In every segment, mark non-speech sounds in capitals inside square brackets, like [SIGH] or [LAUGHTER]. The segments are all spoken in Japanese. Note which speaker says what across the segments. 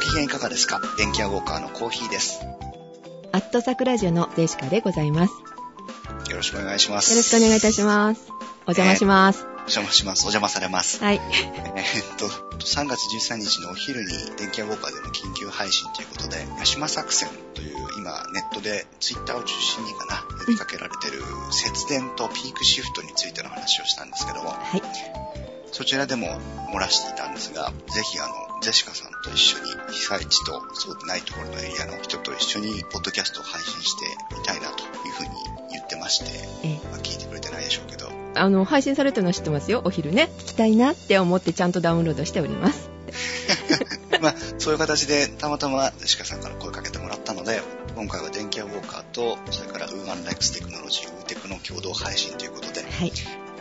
Speaker 1: 機嫌いかがですか電気屋ウォーカーのコーヒーです。
Speaker 2: アットサクラジオのデシカでございます。よ
Speaker 1: よろしくお願いします。
Speaker 2: ろしくお願いいたし
Speaker 1: す。
Speaker 2: ます。お邪魔します。
Speaker 1: お邪魔します。お邪魔されます。
Speaker 2: はい。
Speaker 1: えーっと、3月13日のお昼に電気屋ウォーカーでの緊急配信ということで、ヤシマ作戦という今ネットでツイッターを中心にかな、呼びかけられてる節電とピークシフトについての話をしたんですけども、
Speaker 2: はい。
Speaker 1: そちらでも漏らしていたんですが、ぜひあの、ジェシカさんと一緒に被災地とそうでないところのエリアの人と一緒にポッドキャストを配信してみたいなというふうに言ってまして、
Speaker 2: え
Speaker 1: まあ、聞いてくれてないでしょうけど、
Speaker 2: あの、配信されてるの知ってますよ、お昼ね。聞きたいなって思ってちゃんとダウンロードしております。
Speaker 1: まあ、そういう形でたまたまジェシカさんから声かけてもらったので、今回は電気屋ウォーカーと、それからウーマンライクステクノロジー、ウーテクの共同配信ということで、
Speaker 2: はい。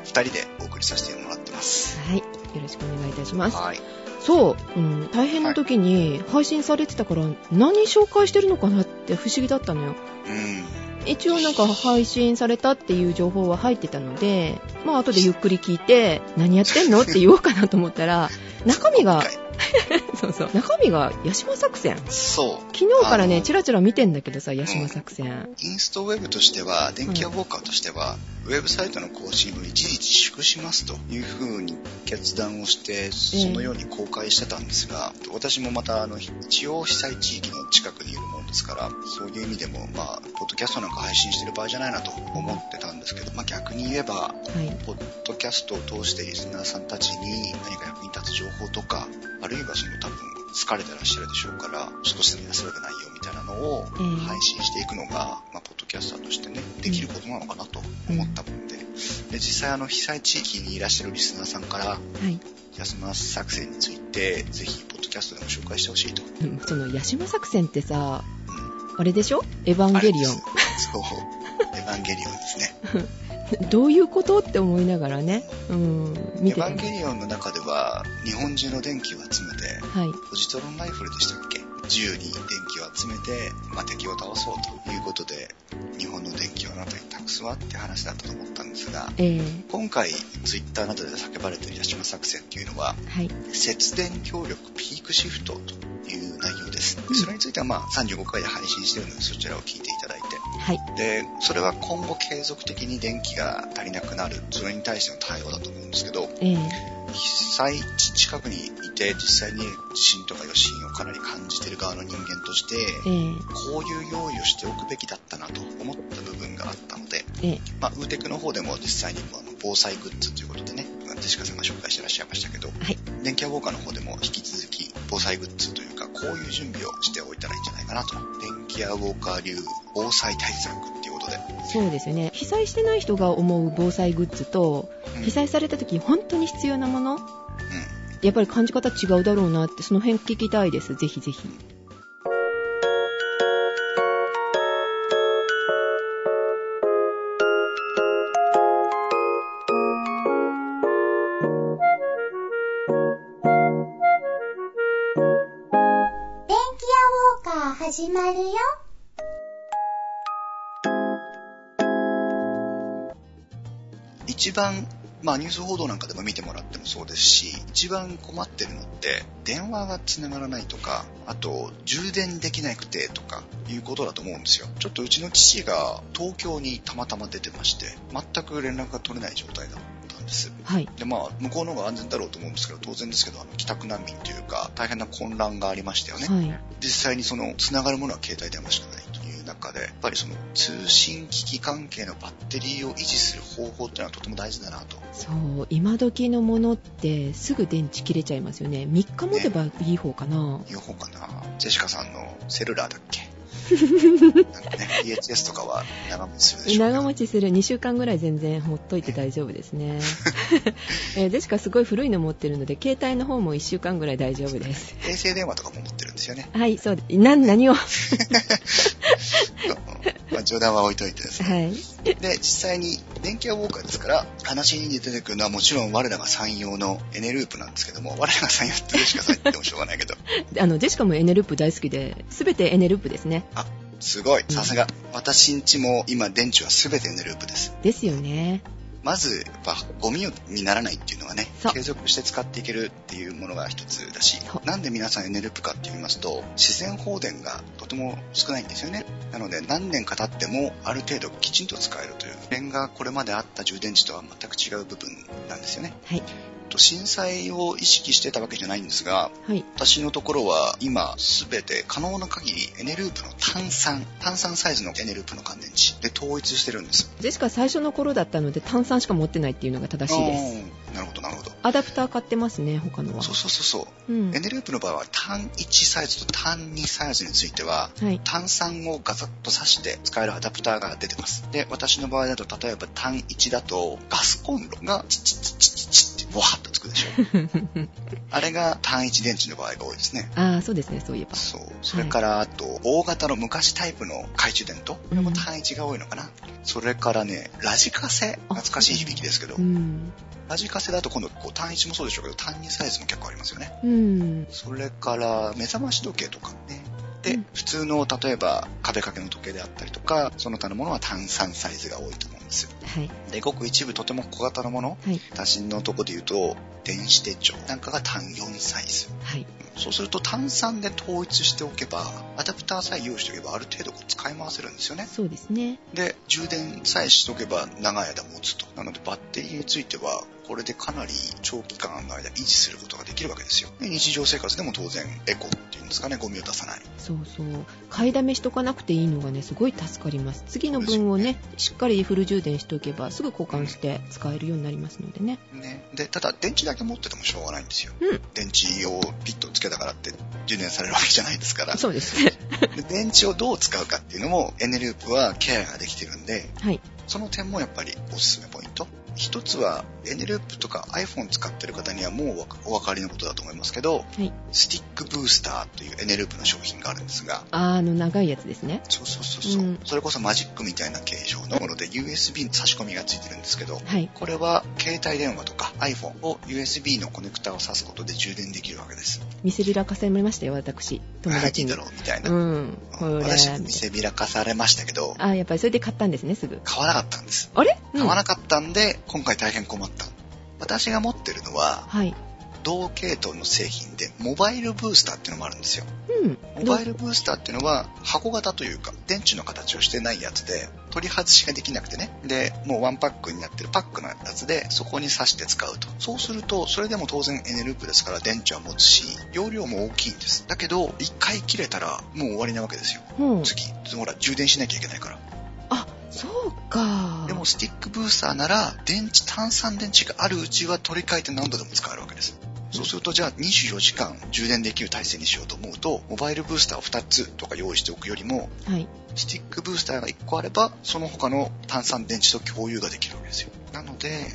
Speaker 1: 二人でお送りさせてもらってます。
Speaker 2: はい。よろしくお願いいたします。
Speaker 1: はい。
Speaker 2: そう、うん、大変な時に配信されてたから、何紹介してるのかなって不思議だったのよ。
Speaker 1: うん。
Speaker 2: 一応なんか配信されたっていう情報は入ってたので、まあ後でゆっくり聞いて、何やってんのって言おうかなと思ったら、中身が
Speaker 1: 今、回
Speaker 2: [LAUGHS] そうそう、中身がヤシマ作戦。
Speaker 1: そう。
Speaker 2: 昨日から
Speaker 1: あ
Speaker 2: ね、
Speaker 1: の
Speaker 2: チラチラ見てんだけどさ、ヤシマ作戦。
Speaker 1: インストウェブとしては、電気屋ウォーカーとしては、ウェブサイトの更新を一時自粛しますというふうに決断をして、そのように公開してたんですが、私もまた、あの、一応被災地域の近くにいるもんですから、そういう意味でも、まあ、ポッドキャストなんか配信してる場合じゃないなと思ってたんですけど、まあ逆に言えば、
Speaker 2: はい。
Speaker 1: ポッドキャストを通してリスナーさんたちに何か役に立つ情報とか、あるいはその多分疲れてらっしゃるでしょうから、少しでも安らぐ内容みたいなのを
Speaker 2: ええ
Speaker 1: 配信していくのが、まあ、ポッドキャスターとしてね、できることなのかなと思ったもんで、で実際あの被災地域にいらっしゃるリスナーさんから、
Speaker 2: はい。
Speaker 1: 安間作戦について、ぜひポッドキャストでも紹介してほしいと。うん
Speaker 2: うんそのヤシマ作戦ってさ、あれでしょエヴァンゲリオ
Speaker 1: あれですそう。エヴァンゲリオンですね。
Speaker 2: ン。 [LAUGHS] どういうことって思いながらね、うん、見
Speaker 1: エ
Speaker 2: て
Speaker 1: ヴ
Speaker 2: た
Speaker 1: ァン
Speaker 2: の。
Speaker 1: ゲリオンの中では、日本中の電気を集めて、
Speaker 2: はい。
Speaker 1: ポジトロンライフルでしたっけ銃に電気を集めて、まあ、敵を倒そうということで日本の電気をあなたに託すわって話だったと思ったんですが
Speaker 2: え
Speaker 1: 今回ツイッターなどで叫ばれている八島作戦っていうのは
Speaker 2: ー、はい。
Speaker 1: 節電協力ピークシフトという内容です
Speaker 2: うん
Speaker 1: それについてはまあ35回で配信してるのでそちらを聞いていただいて
Speaker 2: はい。
Speaker 1: でそれは今後継続的に電気が足りなくなるそれに対しての対応だと思うんですけど
Speaker 2: えー、
Speaker 1: 被災地近くにいて実際に地震とか余震をかなり感じてる側の人間として
Speaker 2: えー、
Speaker 1: こういう用意をしておくべきだったなと思った部分があったので、
Speaker 2: えー、
Speaker 1: まあ、ウーテクの方でも実際にあの防災グッズということでねジェシカさんが紹介してらっしゃいましたけど
Speaker 2: はい。
Speaker 1: 電気屋ウォーカーの方でも引き続き防災グッズというかこういう準備をしておいたらいいんじゃないかなと電気屋ウォーカー流防災対策っていうことで、
Speaker 2: そうですよね。被災してない人が思う防災グッズと、
Speaker 1: うん
Speaker 2: 被災された時に本当に必要なもの、
Speaker 1: うん
Speaker 2: やっぱり感じ方違うだろうなって、その辺聞きたいです。ぜひぜひ。
Speaker 3: 電気屋ウォーカー始まるよ。
Speaker 1: 一番、まあ、ニュース報道なんかでも見てもらってもそうですし一番困ってるのって電話がつながらないとかあと充電できなくてとかいうことだと思うんですよちょっとうちの父が東京にたまたま出てまして全く連絡が取れない状態だったんです
Speaker 2: はい。
Speaker 1: でまあ向こうの方が安全だろうと思うんですけど当然ですけどあの帰宅難民というか大変な混乱がありましたよね
Speaker 2: はい。
Speaker 1: 実際にそのつながるものは携帯電話しかないという中でやっぱりその通信機器関係のバッテリーを維持する方法っていうのはとても大事だなと
Speaker 2: そう今時のものってすぐ電池切れちゃいますよね3日持てばいい方かな、
Speaker 1: いう方かなジェシカさんのセルラーだっけなんかね PHS とかは長持ちするでしょうけ
Speaker 2: 長
Speaker 1: ど
Speaker 2: 持ちする2週間ぐらい全然ほっといて大丈夫で
Speaker 1: [LAUGHS]
Speaker 2: すねえージェシカすごい古いの持ってるので携帯の方も1週間ぐらい大丈夫です
Speaker 1: 衛星電話とかも持ってるんですよ [LAUGHS] ね
Speaker 2: はいそうですな何をは
Speaker 1: まあ冗談は置いといてですね
Speaker 2: い
Speaker 1: で実際に電気屋ウォーカーですから話に出てくるのはもちろん我らが山陽のエネループなんですけども我らが山陽ってジェシカさん言ってもしょうがないけど
Speaker 2: あのジェシカもエネループ大好きで全てエネループですね
Speaker 1: すごい、さすが。私んちも今電池は全てエネループです。
Speaker 2: ですよね
Speaker 1: まず、やっぱ、ゴミにならないっていうのがね
Speaker 2: そう、
Speaker 1: 継続して使っていけるっていうものが一つだし
Speaker 2: そ、う
Speaker 1: なんで皆さんエネルプかって言いますと、自然放電がとても少ないんですよね。なので、何年か経っても、ある程度きちんと使えるという、点がこれまであった充電池とは全く違う部分なんですよね。
Speaker 2: はい。
Speaker 1: と震災を意識してたわけじゃないんですが、
Speaker 2: はい。
Speaker 1: 私のところは今すべて可能な限りエネループの単酸単酸サイズのエネループの乾電池で統一してるんです
Speaker 2: ジェシカ最初の頃だったので炭酸しか持ってないっていうのが正しいです。
Speaker 1: うんなるほどなるほど
Speaker 2: アダプター買ってますね、他のは。
Speaker 1: そうそうそうそうう、
Speaker 2: ん
Speaker 1: エ。ネループの場合は単1サイズと単2サイズについては
Speaker 2: [LAUGHS] はい。
Speaker 1: 単酸をガサッと挿して使えるアダプターが出てますで私の場合だと例えば単1だとガスコンロがチッチッチッチッチッチッってわーっとつくでしょあれが単1電池の場合が多いですね
Speaker 2: ああ、そうですね、そういえば。
Speaker 1: そう。それから、あと、大型の昔タイプの懐中電灯。これも単一が多いのかな。それからね、ラジカセ。
Speaker 2: あ
Speaker 1: 懐かしい響きですけど
Speaker 2: う、ん。
Speaker 1: ラジカセだと今度、こう単一もそうでしょうけど、単二サイズも結構ありますよね。
Speaker 2: うん。
Speaker 1: それから、目覚まし時計とかね。で、
Speaker 2: うん
Speaker 1: 普通の、例えば、壁掛けの時計であったりとか、その他のものは単三サイズが多いと思うんですよ。
Speaker 2: はい。
Speaker 1: で、ごく一部とても小型のもの、
Speaker 2: はい。
Speaker 1: 私のとこで言うと、電子手帳なんかが単4サイズ。
Speaker 2: はい。
Speaker 1: そうすると炭酸で統一しておけば、アダプターさえ用意しておけばある程度こう使い回せるんですよね。
Speaker 2: そうですね。
Speaker 1: で、充電さえしとけば長い間持つと。なのでバッテリーについては、これでかなり長期間の間維持することができるわけですよ。で日常生活でも当然エコっていうんですかね、ゴミを出さない。
Speaker 2: そうそう。買いだめしとかなくていいのがね、すごい助かります。次の分をね、しっかりフル充電しておけば、すぐ交換して使えるようになりますのでね。
Speaker 1: ね。で、ただ電池だけ持っててもしょうがないんですよ。
Speaker 2: うん
Speaker 1: 電池をピッとつけたからって充電されるわけじゃないですから。
Speaker 2: そうですね。
Speaker 1: で電池をどう使うかっていうのもエネループはケアができてるんで、
Speaker 2: はい。
Speaker 1: その点もやっぱりおすすめポイント。一つは、エネループとか iPhone 使ってる方にはもうわかお分かりのことだと思いますけど、
Speaker 2: い
Speaker 1: スティックブースターというエネループの商品があるんですが、
Speaker 2: あーあの、長いやつですね。
Speaker 1: そうそうそうそう、
Speaker 2: うん
Speaker 1: それこそマジックみたいな形状のもので USB の差し込みがついてるんですけど、
Speaker 2: はい。
Speaker 1: これは携帯電話とか iPhone を USB のコネクタを挿すことで充電できるわけです。
Speaker 2: 見せびらかせまりましたよ、私。友
Speaker 1: 何
Speaker 2: 達
Speaker 1: て
Speaker 2: に
Speaker 1: だ。ろうみたいな。
Speaker 2: うん。これ、みた
Speaker 1: 私
Speaker 2: いな
Speaker 1: 見せびらかされましたけど、
Speaker 2: あーやっぱりそれで買ったんですね、すぐ。
Speaker 1: 買わなかったんです。
Speaker 2: あれ
Speaker 1: 買わ
Speaker 2: うん
Speaker 1: なかったんで、今回大変困った。私が持ってるのは、
Speaker 2: はい。
Speaker 1: 同系統の製品で、モバイルブースターっていうのもあるんですよ。
Speaker 2: うん。
Speaker 1: モバイルブースターっていうのは、箱型というか、電池の形をしてないやつで、取り外しができなくてね。で、もうワンパックになってるパックのやつで、そこに挿して使うと。そうすると、それでも当然エネループですから電池は持つし、容量も大きいんです。だけど、一回切れたら、もう終わりなわけですよ。
Speaker 2: もう
Speaker 1: 次、ほら、充電しなきゃいけないから。
Speaker 2: あ、そうか。
Speaker 1: でも、スティックブースターなら、電池、単酸電池があるうちは取り替えて何度でも使えるわけです。そうすると、じゃあ24時間充電できる体制にしようと思うと、モバイルブースターを2つとか用意しておくよりも、
Speaker 2: はい。
Speaker 1: スティックブースターが1個あれば、その他の単酸電池と共有ができるわけですよ。なので、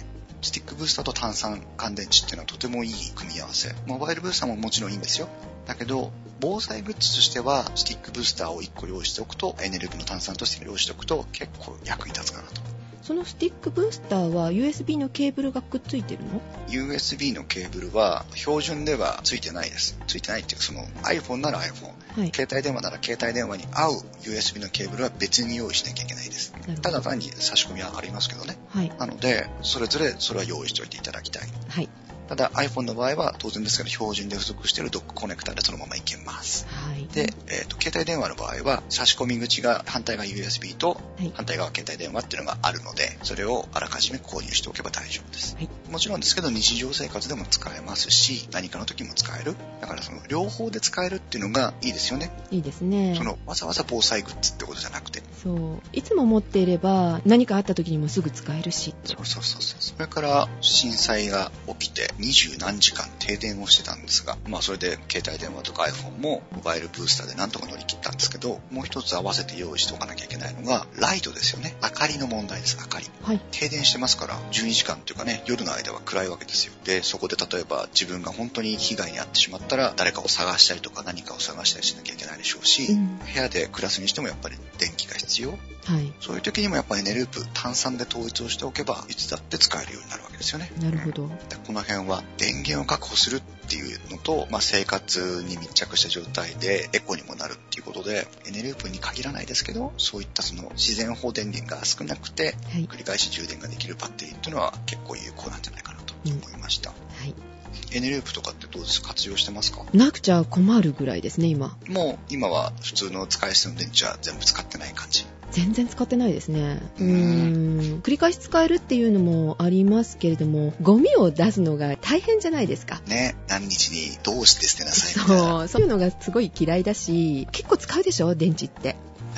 Speaker 1: スティックブースターと単酸乾電池っていうのはとてもいい組み合わせ。モバイルブースターももちろんいいんですよ。だけど、防災グッズとしては、スティックブースターを1個用意しておくと、エネルギーの炭酸として用意しておくと、結構役に立つかなと。
Speaker 2: そのスティックブースターは USB のケーブルがくっついてるの
Speaker 1: USB のケーブルは標準ではついてないです。ついてないっていうか、その iPhone なら iPhone、
Speaker 2: はい。
Speaker 1: 携帯電話なら携帯電話に合う USB のケーブルは別に用意しなきゃいけないです
Speaker 2: ほど。
Speaker 1: ただ単に差し込みはありますけどね。
Speaker 2: はい。
Speaker 1: なので、それぞれそれは用意しておいていただきたい。
Speaker 2: はい。
Speaker 1: ただ iPhone の場合は当然ですけど、標準で付属しているドックコネクタでそのままいけます。
Speaker 2: はい。
Speaker 1: で、えっ、と、携帯電話の場合は、差し込み口が反対側 USB と
Speaker 2: はい、
Speaker 1: 反対側携帯電話っていうのがあるので、それをあらかじめ購入しておけば大丈夫です。
Speaker 2: はい
Speaker 1: もちろんですけど、日常生活でも使えますし、何かの時も使える。だからその、両方で使えるっていうのがいいですよね。
Speaker 2: いいですね。
Speaker 1: その、わざわざ防災グッズってことじゃなくて。
Speaker 2: そう。いつも持っていれば、何かあった時にもすぐ使えるし。
Speaker 1: そうそうそうそう。それから、震災が起きて、二十何時間停電をしてたんですが、まあそれで携帯電話とか iPhone もモバイルブースターでなんとか乗り切ったんですけど、もう一つ合わせて用意しておかなきゃいけないのが、ライトですよね。明かりの問題です、明かり。
Speaker 2: はい。
Speaker 1: 停電してますから、12時間というかね、夜の間は暗いわけですよ。で、そこで例えば自分が本当に被害に遭ってしまったら、誰かを探したりとか何かを探したりしなきゃいけないでしょうし、
Speaker 2: うん
Speaker 1: 部屋で暮らすにしてもやっぱり電気が必要。
Speaker 2: はい。
Speaker 1: そういう時にもやっぱりエネループ、炭酸で統一をしておけば、いつだって使えるようになるわけですよね。
Speaker 2: なるほど。
Speaker 1: でこの辺は電源を確保するっていうのと、まあ、生活に密着した状態でエコにもなるっていうことで、エネループに限らないですけど、そういったその自然放電源が少なくて、
Speaker 2: はい。
Speaker 1: 繰り返し充電ができるバッテリーっていうのは結構有効なんじゃないかなと思いました。
Speaker 2: はい。
Speaker 1: エネループとかってどうですか活用してますか
Speaker 2: なくちゃ困るぐらいですね、今。
Speaker 1: もう今は普通の使い捨ての電池は全部使ってない感じ。
Speaker 2: 全然使ってないですね。う
Speaker 1: う
Speaker 2: ー
Speaker 1: ー
Speaker 2: ん。繰り返し使えるっていうのもありますけれども、ゴミを出すのが大変じゃないで
Speaker 1: [LAUGHS]
Speaker 2: すか。
Speaker 1: ね、何日にどうして捨てなさいみたいな。
Speaker 2: そう、そういうのがすごい嫌いだし、結構使うでしょ、電池って。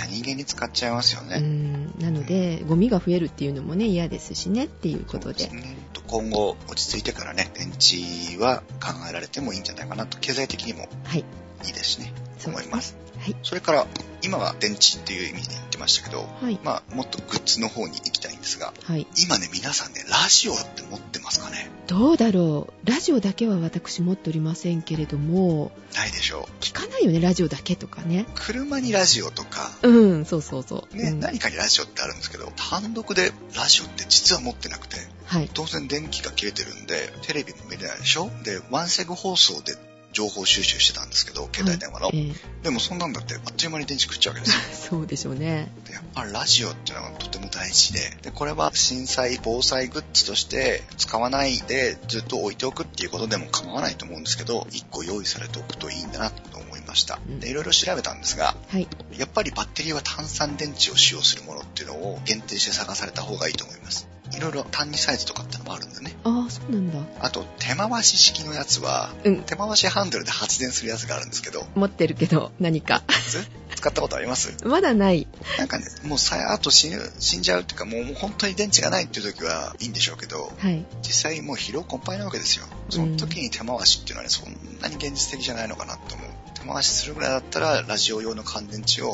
Speaker 1: 人間に使っちゃいますよ
Speaker 2: う
Speaker 1: ね。
Speaker 2: ん。なので、ゴミが増えるっていうのもね、嫌ですしねっていうことで。
Speaker 1: ね今後落ち着いてからね、電池は考えられてもいいんじゃないかなと、経済的にも
Speaker 2: はい。
Speaker 1: いいですしね、
Speaker 2: そう
Speaker 1: 思
Speaker 2: で
Speaker 1: い
Speaker 2: ね
Speaker 1: ます。
Speaker 2: はい。
Speaker 1: それから、今は電池っていう意味で言ってましたけど、
Speaker 2: はい。
Speaker 1: まあ、もっとグッズの方に行きたいんですが、
Speaker 2: はい。
Speaker 1: 今ね、皆さんね、ラジオって持ってますかね
Speaker 2: どうだろう。ラジオだけは私持っておりませんけれども、
Speaker 1: ないでしょう。
Speaker 2: 聞かないよね、ラジオだけとかね。
Speaker 1: 車にラジオとか、
Speaker 2: うん、そうそうそう。
Speaker 1: ね、
Speaker 2: うん、
Speaker 1: 何かにラジオってあるんですけど、単独でラジオって実は持ってなくて、
Speaker 2: はい。
Speaker 1: 当然電気が切れてるんで、テレビも見れないでしょで、ワンセグ放送で情報収集してたんですけど、携帯電話の。
Speaker 2: ええ
Speaker 1: でもそんなんだって、あっという間に電池食っちゃうわけですよ。
Speaker 2: そうでしょうね。
Speaker 1: でやっぱりラジオっていうのがとても大事で、で、これは震災防災グッズとして使わないでずっと置いておくっていうことでも構わないと思うんですけど、1個用意されておくといいんだなと思いました。で、いろいろ調べたんですが、
Speaker 2: はい。
Speaker 1: やっぱりバッテリーは炭酸電池を使用するものっていうのを限定して探された方がいいと思います。いろいろ単二サイズとかってのもあるんだね。
Speaker 2: ああ、そうなんだ。
Speaker 1: あと、手回し式のやつは、
Speaker 2: うん。
Speaker 1: 手回しハンドルで発電するやつがあるんですけど、
Speaker 2: 持ってるけど、何か。 [LAUGHS]
Speaker 1: 使ったことあります
Speaker 2: まだない。
Speaker 1: なんかね、もうさ、あと死ぬ、死んじゃうっていうか、もうもう本当に電池がないっていう時はいいんでしょうけど、
Speaker 2: はい。
Speaker 1: 実際もう疲労困憊なわけですよ。その時に手回しっていうのはね、そんなに現実的じゃないのかなと思う。手回しするぐらいだったら、ラジオ用の乾電池を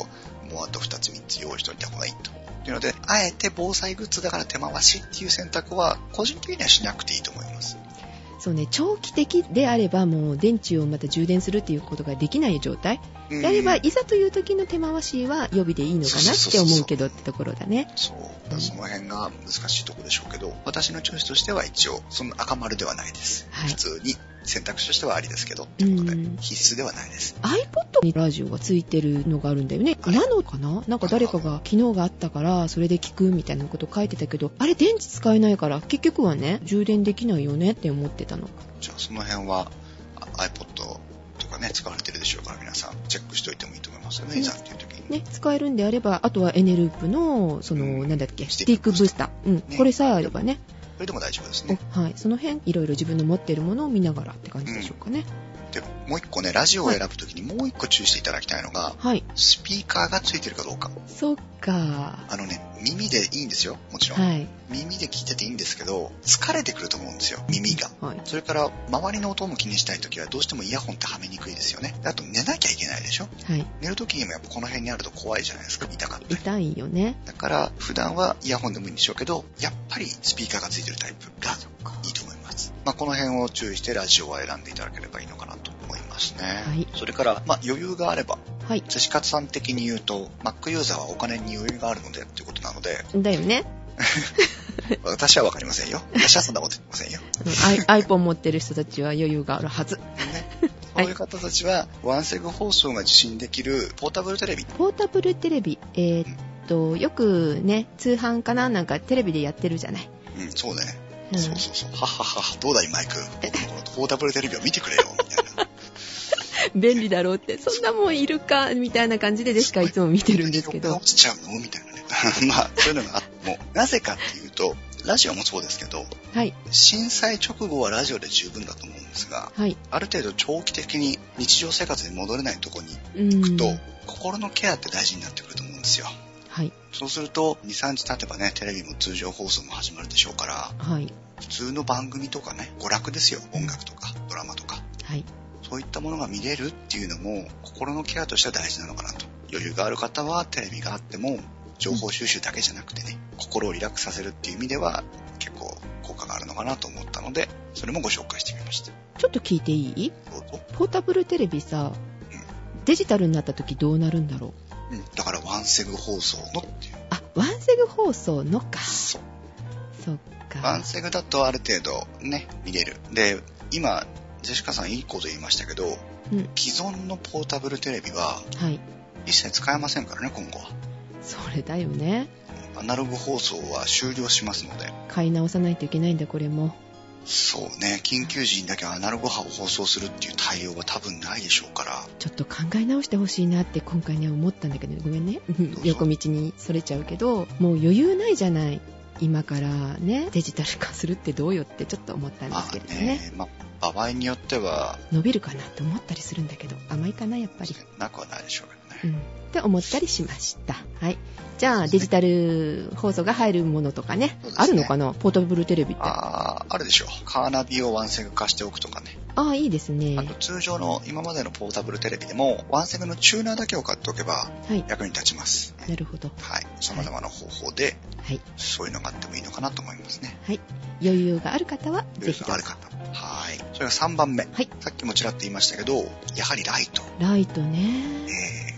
Speaker 1: もうあと2つ3つ用意しておいた方がいいと。というので、あえて防災グッズだから手回しっていう選択は、個人的にはしなくていいと思います。
Speaker 2: そうね、長期的であれば、もう電池をまた充電するっていうことができない状態
Speaker 1: うん
Speaker 2: であれば、いざという時の手回しは予備でいいのかなって思うけどってところだね。
Speaker 1: そう。だからその辺が難しいところでしょうけど、私のチョイスとしては一応、その赤丸ではないです。
Speaker 2: はい
Speaker 1: 普通に選択肢としてはありですけど、
Speaker 2: う
Speaker 1: ということで
Speaker 2: ん。
Speaker 1: 必須ではないです。
Speaker 2: iPod にラジオがついてるのがあるんだよね。
Speaker 1: はい
Speaker 2: なのかななんか誰かが昨日があったから、それで聞くみたいなこと書いてたけど、あれ電池使えないから、結局はね、充電できないよねって思ってたの。
Speaker 1: じゃあその辺はあ iPod とかね、使われてるでしょうから皆さんチェックしておいてもいいと思いますよね、
Speaker 2: うん
Speaker 1: いざっていう時に。
Speaker 2: ね、使えるんであれば、あとはエネループの、その、
Speaker 1: うん
Speaker 2: なんだっけ、ス
Speaker 1: ス
Speaker 2: テ
Speaker 1: テ
Speaker 2: ィ
Speaker 1: ィ
Speaker 2: ッ
Speaker 1: ック
Speaker 2: クブ
Speaker 1: ブ
Speaker 2: ー
Speaker 1: ー
Speaker 2: ス
Speaker 1: ス
Speaker 2: ター。うん、
Speaker 1: ね
Speaker 2: これさえあればね、
Speaker 1: それでも大丈夫ですね。
Speaker 2: はい、その辺、いろいろ自分の持ってるものを見ながらって感じでしょうかね。
Speaker 1: で、もう一個ね、ラジオを選ぶ時にもう一個注意していただきたいのが、
Speaker 2: はい。
Speaker 1: スピーカーがついてるかどうか。
Speaker 2: そっか。
Speaker 1: あのね、耳でいいんですよ、もちろん。
Speaker 2: はい。
Speaker 1: 耳で聞いてていいんですけど、疲れてくると思うんですよ、耳が。
Speaker 2: はい。
Speaker 1: それから、周りの音も気にしたい時は、どうしてもイヤホンってはめにくいですよね。あと、寝なきゃいけないでしょ
Speaker 2: はい。
Speaker 1: 寝る時にもやっぱこの辺にあると怖いじゃないですか、痛かったり。
Speaker 2: 痛いよね。
Speaker 1: だから、普段はイヤホンでもいいんでしょうけど、やっぱりスピーカーがついてるタイプがいいと思います。まあ、この辺を注意してラジオは選んでいただければいいのかなと思いますね。
Speaker 2: はい
Speaker 1: それから、まあ、余裕があれば、
Speaker 2: はい。
Speaker 1: 寿司カツさん的に言うと、Mac ユーザーはお金に余裕があるのでっていうことなので、
Speaker 2: だよね。
Speaker 1: 私はわかりませんよ。私はそんなこと言ってませんよ。
Speaker 2: うん [LAUGHS] アイ iPhone 持ってる人たちは余裕があるはず。
Speaker 1: ね。そ
Speaker 2: はいう
Speaker 1: いう方たちは、ワンセグ放送が受信できるポータブルテレビ。
Speaker 2: ポータブルテレビ、えーっと、よくね、通販かななんかテレビでやってるじゃない。
Speaker 1: うん、そうね。
Speaker 2: うん
Speaker 1: そうそうそう。はっはっはっは、どうだいマイク。僕のこのポータブルテレビを見てくれよ、みたいな。
Speaker 2: 便利だろうって、そんなもんいるか、みたいな感じででしかいつも [LAUGHS] 見てるんですけど
Speaker 1: 落。ちちゃうのみたいなね。 [LAUGHS] まあ、そういうのがあっても、なぜかっていうと、ラジオもそうですけど、
Speaker 2: はい、
Speaker 1: 震災直後はラジオで十分だと思うんですが、
Speaker 2: はい。
Speaker 1: ある程度長期的に日常生活に戻れないとこに
Speaker 2: う
Speaker 1: 行
Speaker 2: ん。
Speaker 1: くと、心のケアって大事になってくると思うんですよ。
Speaker 2: はい、
Speaker 1: そうすると、2、3日経てばね、テレビも通常放送も始まるでしょうから、
Speaker 2: はい、
Speaker 1: 普通の番組とかね、娯楽ですよ。音楽とか、ドラマとか。
Speaker 2: はい。
Speaker 1: そういったものが見れるっていうのも心のケアとしては大事なのかなと。余裕がある方はテレビがあっても情報収集だけじゃなくてね、心をリラックスさせるっていう意味では結構効果があるのかなと思ったので、それもご紹介してみました。
Speaker 2: ちょっと聞いていい
Speaker 1: どうぞ。
Speaker 2: ポータブルテレビさ、デジタルになった時どうなるんだろう
Speaker 1: うん。だからワンセグ放送のっていう。
Speaker 2: あ、ワンセグ放送のか。
Speaker 1: そう。
Speaker 2: そっ
Speaker 1: ワ
Speaker 2: か
Speaker 1: ン。セグだとある程度ね、見れる。で、今、ジェシカさんいいこと言いましたけど、
Speaker 2: うん
Speaker 1: 既存のポータブルテレビは
Speaker 2: はい。
Speaker 1: 一切使えませんからね、今後は。
Speaker 2: それだよね。
Speaker 1: アナログ放送は終了しますので。
Speaker 2: 買い直さないといけないんだ、これも。
Speaker 1: そうね、緊急時にだけアナログ波を放送するっていう対応は多分ないでしょうから、
Speaker 2: ちょっと考え直してほしいなって今回ね思ったんだけどごめんねうん
Speaker 1: どうぞ
Speaker 2: 横道にそれちゃうけどもう余裕ないじゃない今からねデジタル化するってどうよってちょっと思ったんで
Speaker 1: ます
Speaker 2: けれ
Speaker 1: あ
Speaker 2: どね
Speaker 1: ね、まあ、場合によっては、
Speaker 2: 伸びるかなって思ったりするんだけど甘いかなやっぱり、
Speaker 1: なくはないでしょうけどね。
Speaker 2: うん、って思ったりしましたはいじゃあデジタル放送が入るものとかね
Speaker 1: そうですね
Speaker 2: あるのかなポータブルテレビってあ
Speaker 1: あーあるでしょう。カーナビをワンセグ化しておくとかね。
Speaker 2: あいいですね
Speaker 1: あと通常の今までのポータブルテレビでも、ワンセグのチューナーだけを買っておけば
Speaker 2: はい
Speaker 1: 役に立ちます。
Speaker 2: なるほど
Speaker 1: はい。様々な方法で、
Speaker 2: はい
Speaker 1: そういうのがあってもいいのかなと思いますね。
Speaker 2: 余裕がある方はぜひどうぞ
Speaker 1: ある方。はい。それが3番目。
Speaker 2: はい
Speaker 1: さっきもちらっと言いましたけど、やはりライト。
Speaker 2: ライトね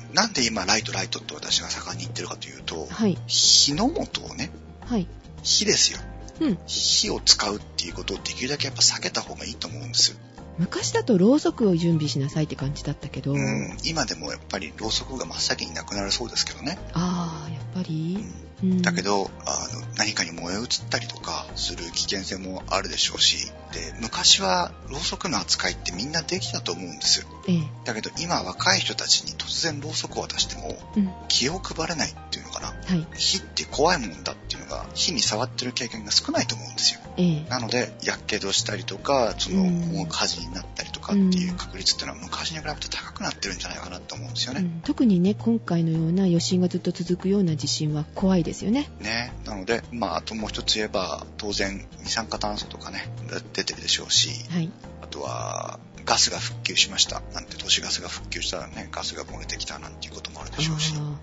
Speaker 1: えー、なんで今ライトライトって私が盛んに言ってるかというと、
Speaker 2: はい
Speaker 1: 火の元をね、
Speaker 2: はい
Speaker 1: 火ですよ。
Speaker 2: うん
Speaker 1: 火を使うっていうことをできるだけやっぱ避けた方がいいと思うんです。
Speaker 2: 昔だとろうそくを準備しなさいって感じだったけど、
Speaker 1: うん、今でもやっぱりろうそくが真っ先になくなるそうですけどね。
Speaker 2: ああやっぱ
Speaker 1: うん
Speaker 2: り、うん
Speaker 1: だけどあの何かに燃え移ったりとかする危険性もあるでしょうしで昔はろうそくの扱いってみんなできたと思うんですよ
Speaker 2: ええ
Speaker 1: だけど今若い人たちに突然ろうそくを渡しても
Speaker 2: うん
Speaker 1: 気を配れないっていうのかな
Speaker 2: はい
Speaker 1: 火って怖いもんだっていうのが火に触ってる経験が少ないと思うんですよ
Speaker 2: ええ
Speaker 1: なのでやけどしたりとかその
Speaker 2: うん
Speaker 1: もう火事になったりとかっていう確率っていうのは昔に比べて高くなってるんじゃないかなと思うんですよ
Speaker 2: う
Speaker 1: ね、
Speaker 2: ん特にね今回のような余震がずっと続くような地震は怖いですよね
Speaker 1: ね、なので、まあ、あともう一つ言えば、当然、二酸化炭素とかね、出てるでしょうし、
Speaker 2: はい
Speaker 1: あとは、ガスが復旧しました。なんて、都市ガスが復旧したらね、ガスが漏れてきたなんていうこともあるでしょうし、
Speaker 2: あーうんうん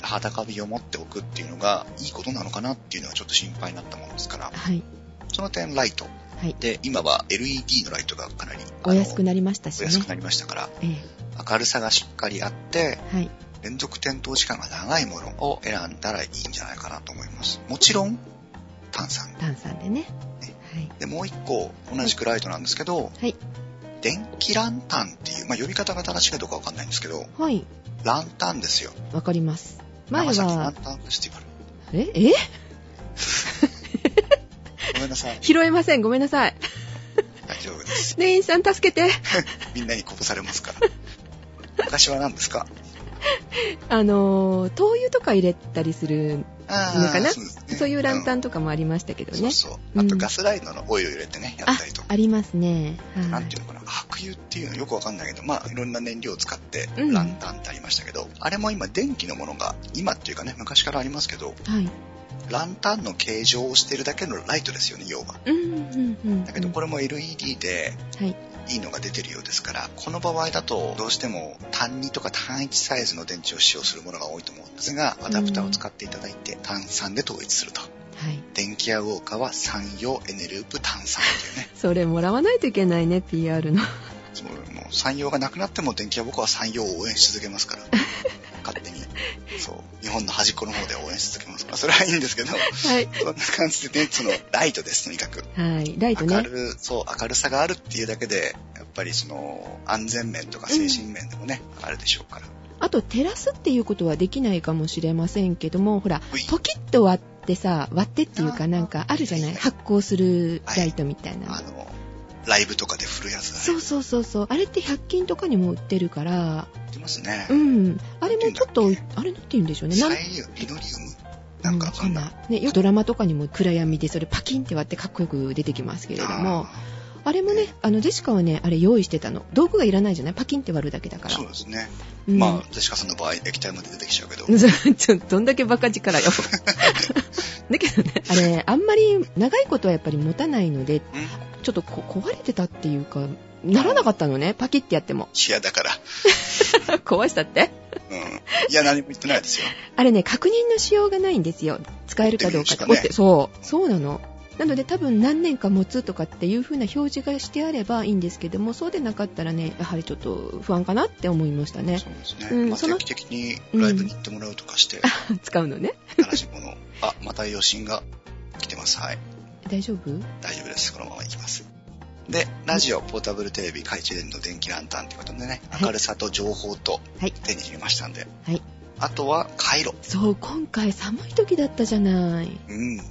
Speaker 1: 裸火を持っておくっていうのが、いいことなのかなっていうのはちょっと心配になったものですから、
Speaker 2: はい
Speaker 1: その点、ライト。
Speaker 2: はい
Speaker 1: で、今は LED のライトがかなり、
Speaker 2: お安く
Speaker 1: な
Speaker 2: なりました
Speaker 1: お
Speaker 2: しね
Speaker 1: 安くなりましたから、
Speaker 2: え
Speaker 1: 明るさがしっかりあって、
Speaker 2: えはい
Speaker 1: 連続点灯時間が長いものを選んだらいいんじゃないかなと思います。もちろん、炭酸。
Speaker 2: 炭酸でねはい
Speaker 1: で、もう一個、同じくライトなんですけど、
Speaker 2: はい
Speaker 1: 電気ランタンっていう、まあ、呼び方が正しいかどうかわかんないんですけど、
Speaker 2: はい
Speaker 1: ランタンですよ。
Speaker 2: わかります前
Speaker 1: 長崎ラ
Speaker 2: は
Speaker 1: ンタンフェスティバル。
Speaker 2: ええ。
Speaker 1: ごめんなさい
Speaker 2: 拾えませんごめんなさい [LAUGHS]
Speaker 1: 大丈夫です。
Speaker 2: 店員さん助けて
Speaker 1: みんなにこぼされます [LAUGHS] から。昔は何ですか
Speaker 2: あのー灯油とか入れたりする
Speaker 1: あ
Speaker 2: いいのかな
Speaker 1: そうですね
Speaker 2: そういうランタ
Speaker 1: ン
Speaker 2: ンとかもありましたけどね、
Speaker 1: そうそう。
Speaker 2: う
Speaker 1: あ
Speaker 2: ん
Speaker 1: とガスライドのオイルを入れてね、やったりとか。
Speaker 2: ありますね。はい
Speaker 1: なんていうのかな白油っていうのよくわかんないけど、まあ、いろんな燃料を使って、
Speaker 2: うん
Speaker 1: ランタンってありましたけど、あれも今電気のものが、今っていうかね、昔からありますけど、
Speaker 2: はい。
Speaker 1: ランタンの形状をしてるだけのライトですよね、要は。
Speaker 2: うんうんうんうん。
Speaker 1: だけどこれも LED で
Speaker 2: はい。
Speaker 1: いいのが出てるようですから、この場合だとどうしても単2とか単1サイズの電池を使用するものが多いと思うんですが、アダプターを使っていただいて単3で統一すると。
Speaker 2: はい。
Speaker 1: 電気屋ウォーカーは3用エネループ単3っていうね。
Speaker 2: それもらわないといけないね、PR
Speaker 1: [LAUGHS]
Speaker 2: の。
Speaker 1: そうもう3用がなくなっても電気屋僕は3用を応援し続け
Speaker 2: [LAUGHS]
Speaker 1: ますから。勝手に。そう。日本の端っこの方で応援し続けますから。それはいいんですけど、
Speaker 2: はい。
Speaker 1: そんな感じで電池のライトです、とにかく。
Speaker 2: はい。ライト
Speaker 1: 明
Speaker 2: ね。
Speaker 1: るそう明るさがあるっていうだけでやっぱりその安全面とか精神面でもね、あるでしょうから
Speaker 2: あと、照らすっていうことはできないかもしれませんけども、ほら
Speaker 1: ほい、
Speaker 2: ポキッと割ってさ、割ってっていうかなんかあるじゃない
Speaker 1: はい
Speaker 2: 発光するライトみたいな。
Speaker 1: あのライブとかで振るやつだ
Speaker 2: そ
Speaker 1: ね
Speaker 2: うそうそうそう。あれって100均とかにも売ってるから、
Speaker 1: 売ってますね、
Speaker 2: うん。あれもちょっと
Speaker 1: なんていうんだっ、
Speaker 2: あれなんて言うんでしょうね。
Speaker 1: サ
Speaker 2: なん
Speaker 1: イリノリウムなんかわかんない、
Speaker 2: うそんなね、よくドラマとかにも暗闇でそれパキンって割ってかっこよく出てきますけれども、
Speaker 1: あ
Speaker 2: あれもね、あの、ジェシカはね、あれ用意してたの。道具がいらないじゃないパキンって割るだけだ
Speaker 1: ー
Speaker 2: から。
Speaker 1: そうですね、
Speaker 2: うん
Speaker 1: まあジェシカさんの場合液体まで出てきちゃうけど、
Speaker 2: ちょっとどん [LAUGHS] だけバカ
Speaker 1: [LAUGHS]
Speaker 2: 力よ。だけどね、あれ、あんまり長いことはやっぱり持たないので、ちょっとこ壊れてたっていうか、ならなかったのね、パキってやっても。 [LAUGHS]
Speaker 1: 嫌だから、
Speaker 2: 壊したって
Speaker 1: うん、いや何も言ってないですよ
Speaker 2: あれね、確認のしようがないんですよ。使えるかどうか
Speaker 1: 持
Speaker 2: って。
Speaker 1: ってみるしかね
Speaker 2: 持ってそう。そうなの。なので多分何年か持つとかっていう風な表示がしてあればいいんですけども、そうでなかったらね、やはりちょっと不安かなって思いましたね。
Speaker 1: そうですね、
Speaker 2: うん
Speaker 1: まあ、
Speaker 2: その
Speaker 1: 定期的にライブに行ってもらうとかして、
Speaker 2: [LAUGHS] 使うのね。
Speaker 1: 新しいものをあまた余震が来てますはい
Speaker 2: 大丈夫
Speaker 1: 大丈夫ですこのまま行きますで、ラジオ、ポータブルテレビ、懐中電灯、電気ランタンってことでね、
Speaker 2: はい
Speaker 1: 明るさと情報と
Speaker 2: はい
Speaker 1: 手に入れましたんで。
Speaker 2: はい
Speaker 1: あとは、回路。
Speaker 2: そう、今回寒い時だったじゃない。
Speaker 1: うん。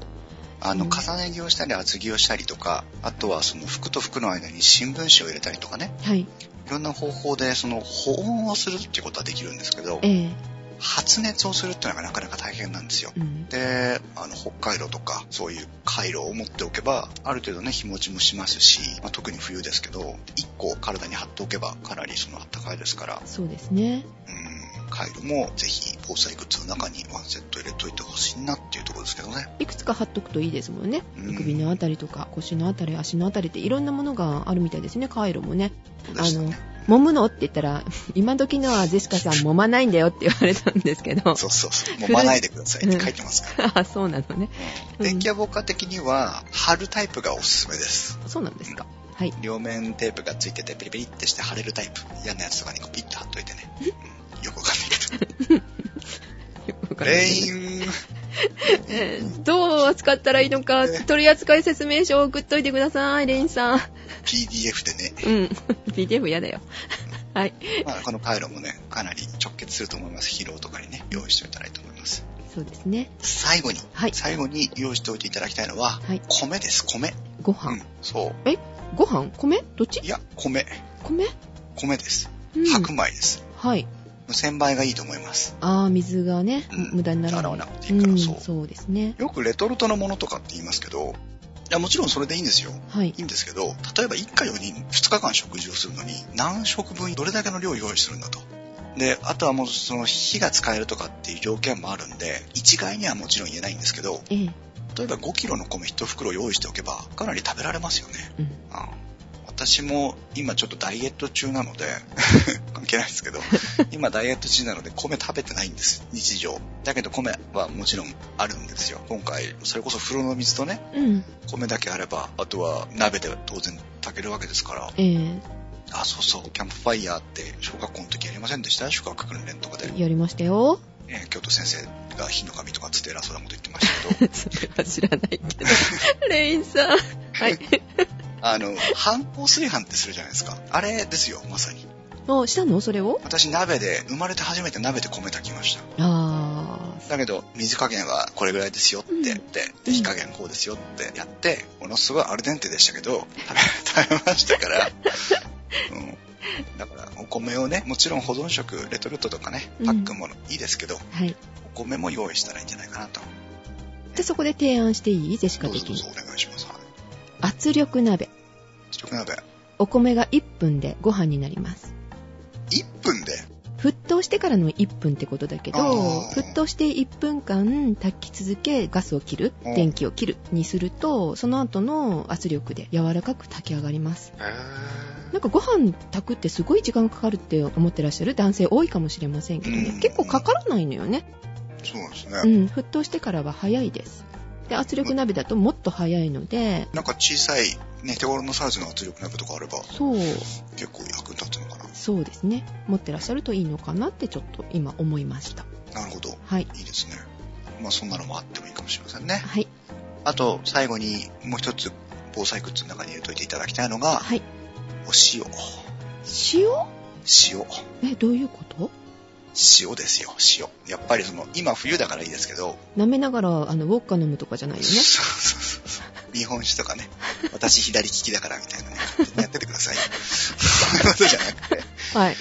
Speaker 1: あの、
Speaker 2: うん
Speaker 1: 重ね着をしたり厚着をしたりとか、あとはその服と服の間に新聞紙を入れたりとかね、
Speaker 2: はい。
Speaker 1: いろんな方法でその保温をするっていうことはできるんですけど、
Speaker 2: ええ
Speaker 1: 発熱をするっていうのがなかなか大変なんですよ。
Speaker 2: うん。
Speaker 1: で、あの、北海道とか、そういう回路を持っておけば、ある程度ね、日持ちもしますし、まあ、特に冬ですけど、1個体に貼っておけば、かなりその暖かいですから、
Speaker 2: そうですね。
Speaker 1: うん、回路もぜひ防災グッズの中にワンセット入れといてほしいなっていうところですけどね。
Speaker 2: いくつか貼っとくといいですもんね。
Speaker 1: うん
Speaker 2: 首のあたりとか、腰のあたり、足のあたりっていろんなものがあるみたいですね、カイロもね。
Speaker 1: そうで
Speaker 2: あ
Speaker 1: した
Speaker 2: の
Speaker 1: ね。、
Speaker 2: 揉むのって言ったら、今時のはジェシカさん揉まないんだよって言われたんですけど。
Speaker 1: そうそうそう。もうまないでくださいって書いてますから。
Speaker 2: [LAUGHS] あ、そうなのね。うん
Speaker 1: 電気屋ウォーカー的には、貼るタイプがおすすめです。
Speaker 2: そうなんですか。はい。
Speaker 1: 両面テープがついてて、ペリペリってして貼れるタイプ。嫌なやつとかにこうピッと貼っといてね。うん、よくわかんないけど。
Speaker 2: よくわかんない
Speaker 1: レイ
Speaker 2: けど
Speaker 1: ン。
Speaker 2: えーどう扱ったらいいのか、取扱説明書を送っといてください、レインさん。
Speaker 1: [LAUGHS] PDF でね、
Speaker 2: うん。PDF 嫌だよ。 [LAUGHS] はい。
Speaker 1: まあ、この回路もね、かなり直結すると思います。疲労とかにね、用意しておいたらいいと思います。
Speaker 2: そうですね。
Speaker 1: 最後に、
Speaker 2: はい
Speaker 1: 最後に用意しておいていただきたいのは、
Speaker 2: はい
Speaker 1: 米です、米。
Speaker 2: ご
Speaker 1: う
Speaker 2: 飯
Speaker 1: ん。、そう。
Speaker 2: ご飯米どっち
Speaker 1: いや、米。
Speaker 2: 米
Speaker 1: 米です。
Speaker 2: うん。
Speaker 1: 白米です。
Speaker 2: はい。
Speaker 1: 無洗米がいいと思います。
Speaker 2: あー、水がね、
Speaker 1: うん
Speaker 2: 無駄になら
Speaker 1: 洗
Speaker 2: な
Speaker 1: わ
Speaker 2: い。
Speaker 1: なくていいから
Speaker 2: うん
Speaker 1: そう
Speaker 2: そうですね。
Speaker 1: よくレトルトのものとかって言いますけど、いや、もちろんそれでいいんですよ。
Speaker 2: はい
Speaker 1: い。いんですけど、例えば1家4人2日間食事をするのに何食分どれだけの量を用意するんだと。で、あとはもうその火が使えるとかっていう条件もあるんで、一概にはもちろん言えないんですけど、
Speaker 2: ええ。
Speaker 1: 例えば5キロの米1袋用意しておけばかなり食べられますよね。
Speaker 2: うん。
Speaker 1: うん私も今ちょっとダイエット中なので、 [LAUGHS] 関係ないですけど、今ダイエット中なので米食べてないんです、日常。だけど米はもちろんあるんですよ。今回、それこそ風呂の水とね、
Speaker 2: うん。
Speaker 1: 米だけあれば、あとは鍋で当然炊けるわけですから。
Speaker 2: ええ。
Speaker 1: あ、そうそう、キャンプファイヤーって小学校の時やりませんでした宿泊訓練とかで。
Speaker 2: やりましたよ。
Speaker 1: えー京都先生が火の神とかつって偉そうなこと言ってましたけど、
Speaker 2: [LAUGHS] それは知らないけど。レインさん。はい。
Speaker 1: あの、反抗炊飯ってするじゃないですか。あれですよ、まさに。
Speaker 2: お、したのそれを
Speaker 1: 私鍋で、生まれて初めて鍋で米炊きました。
Speaker 2: あ
Speaker 1: だけど、水加減はこれぐらいですよって言って、で火加減こうですよってやって、ものすごいアルデンテでしたけど、食べ、食べ [LAUGHS] ましたから。うんだから、お米をね、もちろん保存食、レトルトとかね、パックものいいですけど、
Speaker 2: ー。はい。
Speaker 1: お米も用意したらいいんじゃないかなと。
Speaker 2: で、そこで提案していいジェシカ
Speaker 1: どうぞ
Speaker 2: 的
Speaker 1: どう
Speaker 2: に
Speaker 1: ぞ。お願いします。はい。
Speaker 2: 圧力鍋。
Speaker 1: 力鍋、
Speaker 2: お米が1分でご飯になります。
Speaker 1: 1分で、
Speaker 2: 沸騰してからの1分ってことだけど
Speaker 1: あ、ー
Speaker 2: 沸騰して1分間炊き続け、ガスを切る
Speaker 1: うん、
Speaker 2: 電気を切るにすると、その後の圧力で柔らかく炊き上がります。なんかご飯炊くってすごい時間かかるって思ってらっしゃる男性多いかもしれませんけど
Speaker 1: う
Speaker 2: ね
Speaker 1: ん。
Speaker 2: 結構かからないのよね。
Speaker 1: そうなんです
Speaker 2: う
Speaker 1: ね。
Speaker 2: ん、沸騰してからは早いです。で、圧力鍋だともっと早いので、
Speaker 1: なんか小さい、ね、手頃のサイズの圧力鍋とかあれば、
Speaker 2: そう、
Speaker 1: 結構役に立つのかな。
Speaker 2: そうですね。持ってらっしゃるといいのかなってちょっと今思いました。
Speaker 1: なるほど。
Speaker 2: はい。
Speaker 1: いいですね。まあ、そんなのもあってもいいかもしれませんね。
Speaker 2: はい。
Speaker 1: あと、最後にもう一つ、防災グッズの中に入れといていただきたいのが、
Speaker 2: はい。
Speaker 1: お塩。
Speaker 2: 塩
Speaker 1: 塩。
Speaker 2: え、どういうこと
Speaker 1: 塩ですよ、塩。やっぱりその、今冬だからいいですけど、
Speaker 2: 舐めながら、あの、ウォッカ飲むとかじゃないよね。
Speaker 1: そうそうそうそう。日本酒とかね、私左利きだからみたいなね、やっててくださ
Speaker 2: [LAUGHS]
Speaker 1: い。そういうことじゃなくて。
Speaker 2: はい。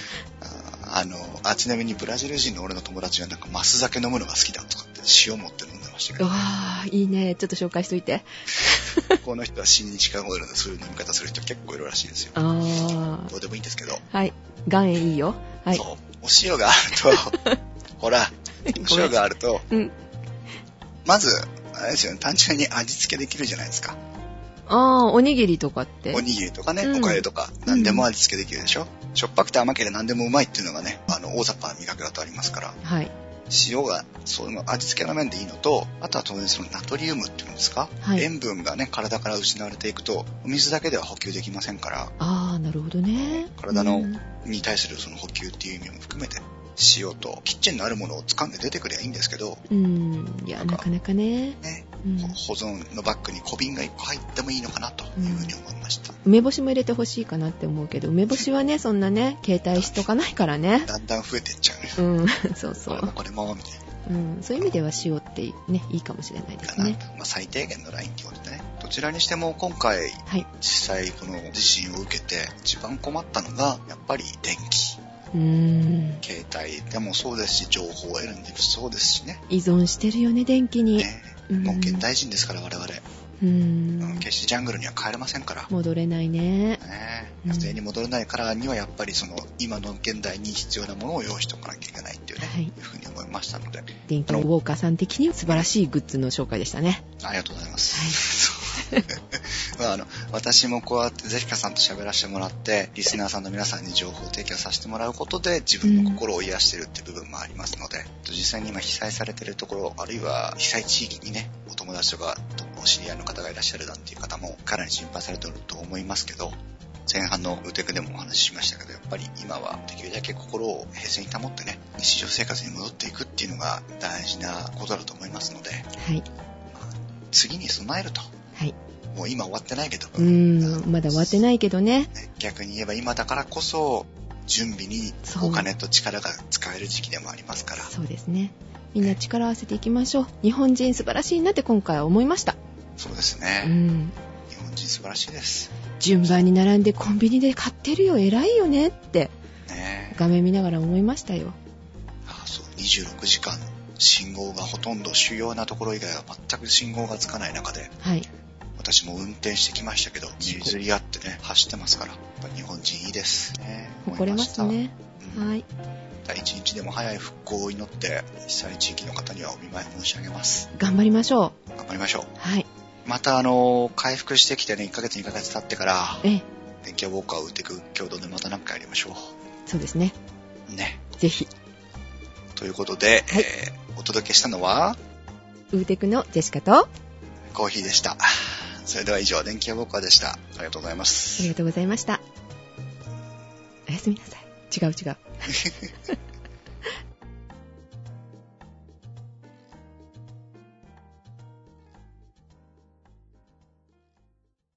Speaker 1: ああの、あ、ちなみにブラジル人の俺の友達がなんかマス酒飲むのが好きだとかって塩持って飲んでました
Speaker 2: [LAUGHS]
Speaker 1: けど、
Speaker 2: ああ、いいね。ちょっと紹介しといて。
Speaker 1: この人は新日韓語でそういう飲み方する人結構いるらしいですよ。
Speaker 2: あ
Speaker 1: どうでもいいんですけど、
Speaker 2: あ。はい。岩塩いいよ。はい
Speaker 1: そ。う、お塩がある
Speaker 2: [LAUGHS]
Speaker 1: と、ほら、お塩があると、
Speaker 2: うん。
Speaker 1: まず、あれですよね、単純に味付けできるじゃないですか。
Speaker 2: ああ、おにぎりとかって
Speaker 1: お。にぎりとかね、
Speaker 2: うん
Speaker 1: おかゆとか、何でも味付けできるでしょ。しょっぱくて甘ければ何でもうまいっていうのがね、あの、大雑把な味覚だとありますから、
Speaker 2: はい。
Speaker 1: 塩が、そういうの味付けの面でいいのと、あとは当然そのナトリウムっていうんですか、
Speaker 2: はい
Speaker 1: 塩分がね、体から失われていくと、お水だけでは補給できませんから、
Speaker 2: ああ、なるほどね。
Speaker 1: 体の
Speaker 2: うん
Speaker 1: に対するその補給っていう意味も含めて、塩とキッチンのあるものを掴んで出てくればいいんですけど、
Speaker 2: うん。いや、なかなかね。
Speaker 1: ね、
Speaker 2: うん
Speaker 1: 保存のバッグに小瓶が1個入ってもいいのかなというふうに思いました。
Speaker 2: 梅干しも入れてほしいかなって思うけど、梅干しはね、そんなね、携帯しとかないからね。
Speaker 1: だんだん増えてっちゃうね。
Speaker 2: うん、 [LAUGHS] そうそ
Speaker 1: これも
Speaker 2: う。
Speaker 1: これも、みたいな。
Speaker 2: うん、そういう意味では塩ってね、いいかもしれないで
Speaker 1: か
Speaker 2: す
Speaker 1: な、
Speaker 2: ね。
Speaker 1: まあ、最低限のラインってことでね。どちらにしても今回
Speaker 2: はい。
Speaker 1: 実際この地震を受けて一番困ったのがやっぱり電気。
Speaker 2: うーん。
Speaker 1: 携帯でもそうですし、情報を得るんでもそうですしね。
Speaker 2: 依存してるよね、電気に。
Speaker 1: ね
Speaker 2: うん
Speaker 1: 文献大臣ですから我々。
Speaker 2: うー
Speaker 1: うん
Speaker 2: ん。
Speaker 1: 決してジャングルには帰れませんから。
Speaker 2: 戻れないね。
Speaker 1: ね
Speaker 2: うん
Speaker 1: 野生に戻れないからにはやっぱりその今の現代に必要なものを用意しておかなきゃいけないっていうね、
Speaker 2: はいいう
Speaker 1: ふうに思いましたので、あ
Speaker 2: 電気のウォーカーさん的には素晴らしいグッズの紹介でしたね。
Speaker 1: りがとうございます。 [LAUGHS] まあ、あの私もこうやってゼフィカさんと喋らせてもらってリスナーさんの皆さんに情報を提供させてもらうことで自分の心を癒してるって部分もありますので、実際に今被災されてるところあるいは被災地域にねお友達とかお知り合いの方がいらっしゃるなんていう方もかなり心配されてると思いますけど前半のウテクでもお話ししましたけどやっぱり今はできるだけ心を平静に保ってね日常生活に戻っていくっていうのが大事なことだと思いますので
Speaker 2: はい。
Speaker 1: 次に備えると
Speaker 2: はい。
Speaker 1: もう今終わってないけど、
Speaker 2: うーん。まだ終わって
Speaker 1: い。
Speaker 2: ないけどね。
Speaker 1: 逆に言えば今だからこそ、準備に
Speaker 2: そ
Speaker 1: お
Speaker 2: う
Speaker 1: 金と力が使える時期でもありますから、
Speaker 2: そうですね。みんな力を合わせていきましょう。日本人素晴らしいなって今回は思いました。
Speaker 1: そうです
Speaker 2: う
Speaker 1: ね。
Speaker 2: ん。
Speaker 1: 日本人素晴らしいです。
Speaker 2: 順番に並んでコンビニで買ってるよ、偉いよねって
Speaker 1: ね
Speaker 2: 画面見ながら思いましたよ。
Speaker 1: あそう、26時間、信号がほとんど主要なところ以外は全く信号がつかない中で、
Speaker 2: はい。
Speaker 1: 私も運転してきましたけど、譲り合ってね、走ってますから、やっぱ日本人いいです。ね
Speaker 2: 誇れます。
Speaker 1: 思い
Speaker 2: ね。
Speaker 1: したうん
Speaker 2: はい。
Speaker 1: 一日でも早い復興を祈って、被災地域の方にはお見舞い申し上げます。
Speaker 2: 頑張りましょ
Speaker 1: 頑張りましょう。
Speaker 2: う。はい。
Speaker 1: またあの回復してきてね1ヶ月2ヶ月経ってから
Speaker 2: ええ、
Speaker 1: 電気屋ウォーカーを打っていく共同でまた何回やりましょ
Speaker 2: そうですね。
Speaker 1: うね
Speaker 2: ぜひ、
Speaker 1: ということで、
Speaker 2: はい
Speaker 1: えーお届けしたのは
Speaker 2: ウーテクのジェシカと、あ
Speaker 1: コーヒーでしたそれでは以上電気屋ウォーカーでしたありがとうございます
Speaker 2: りがとうございました。おやすみなさい。違う違う。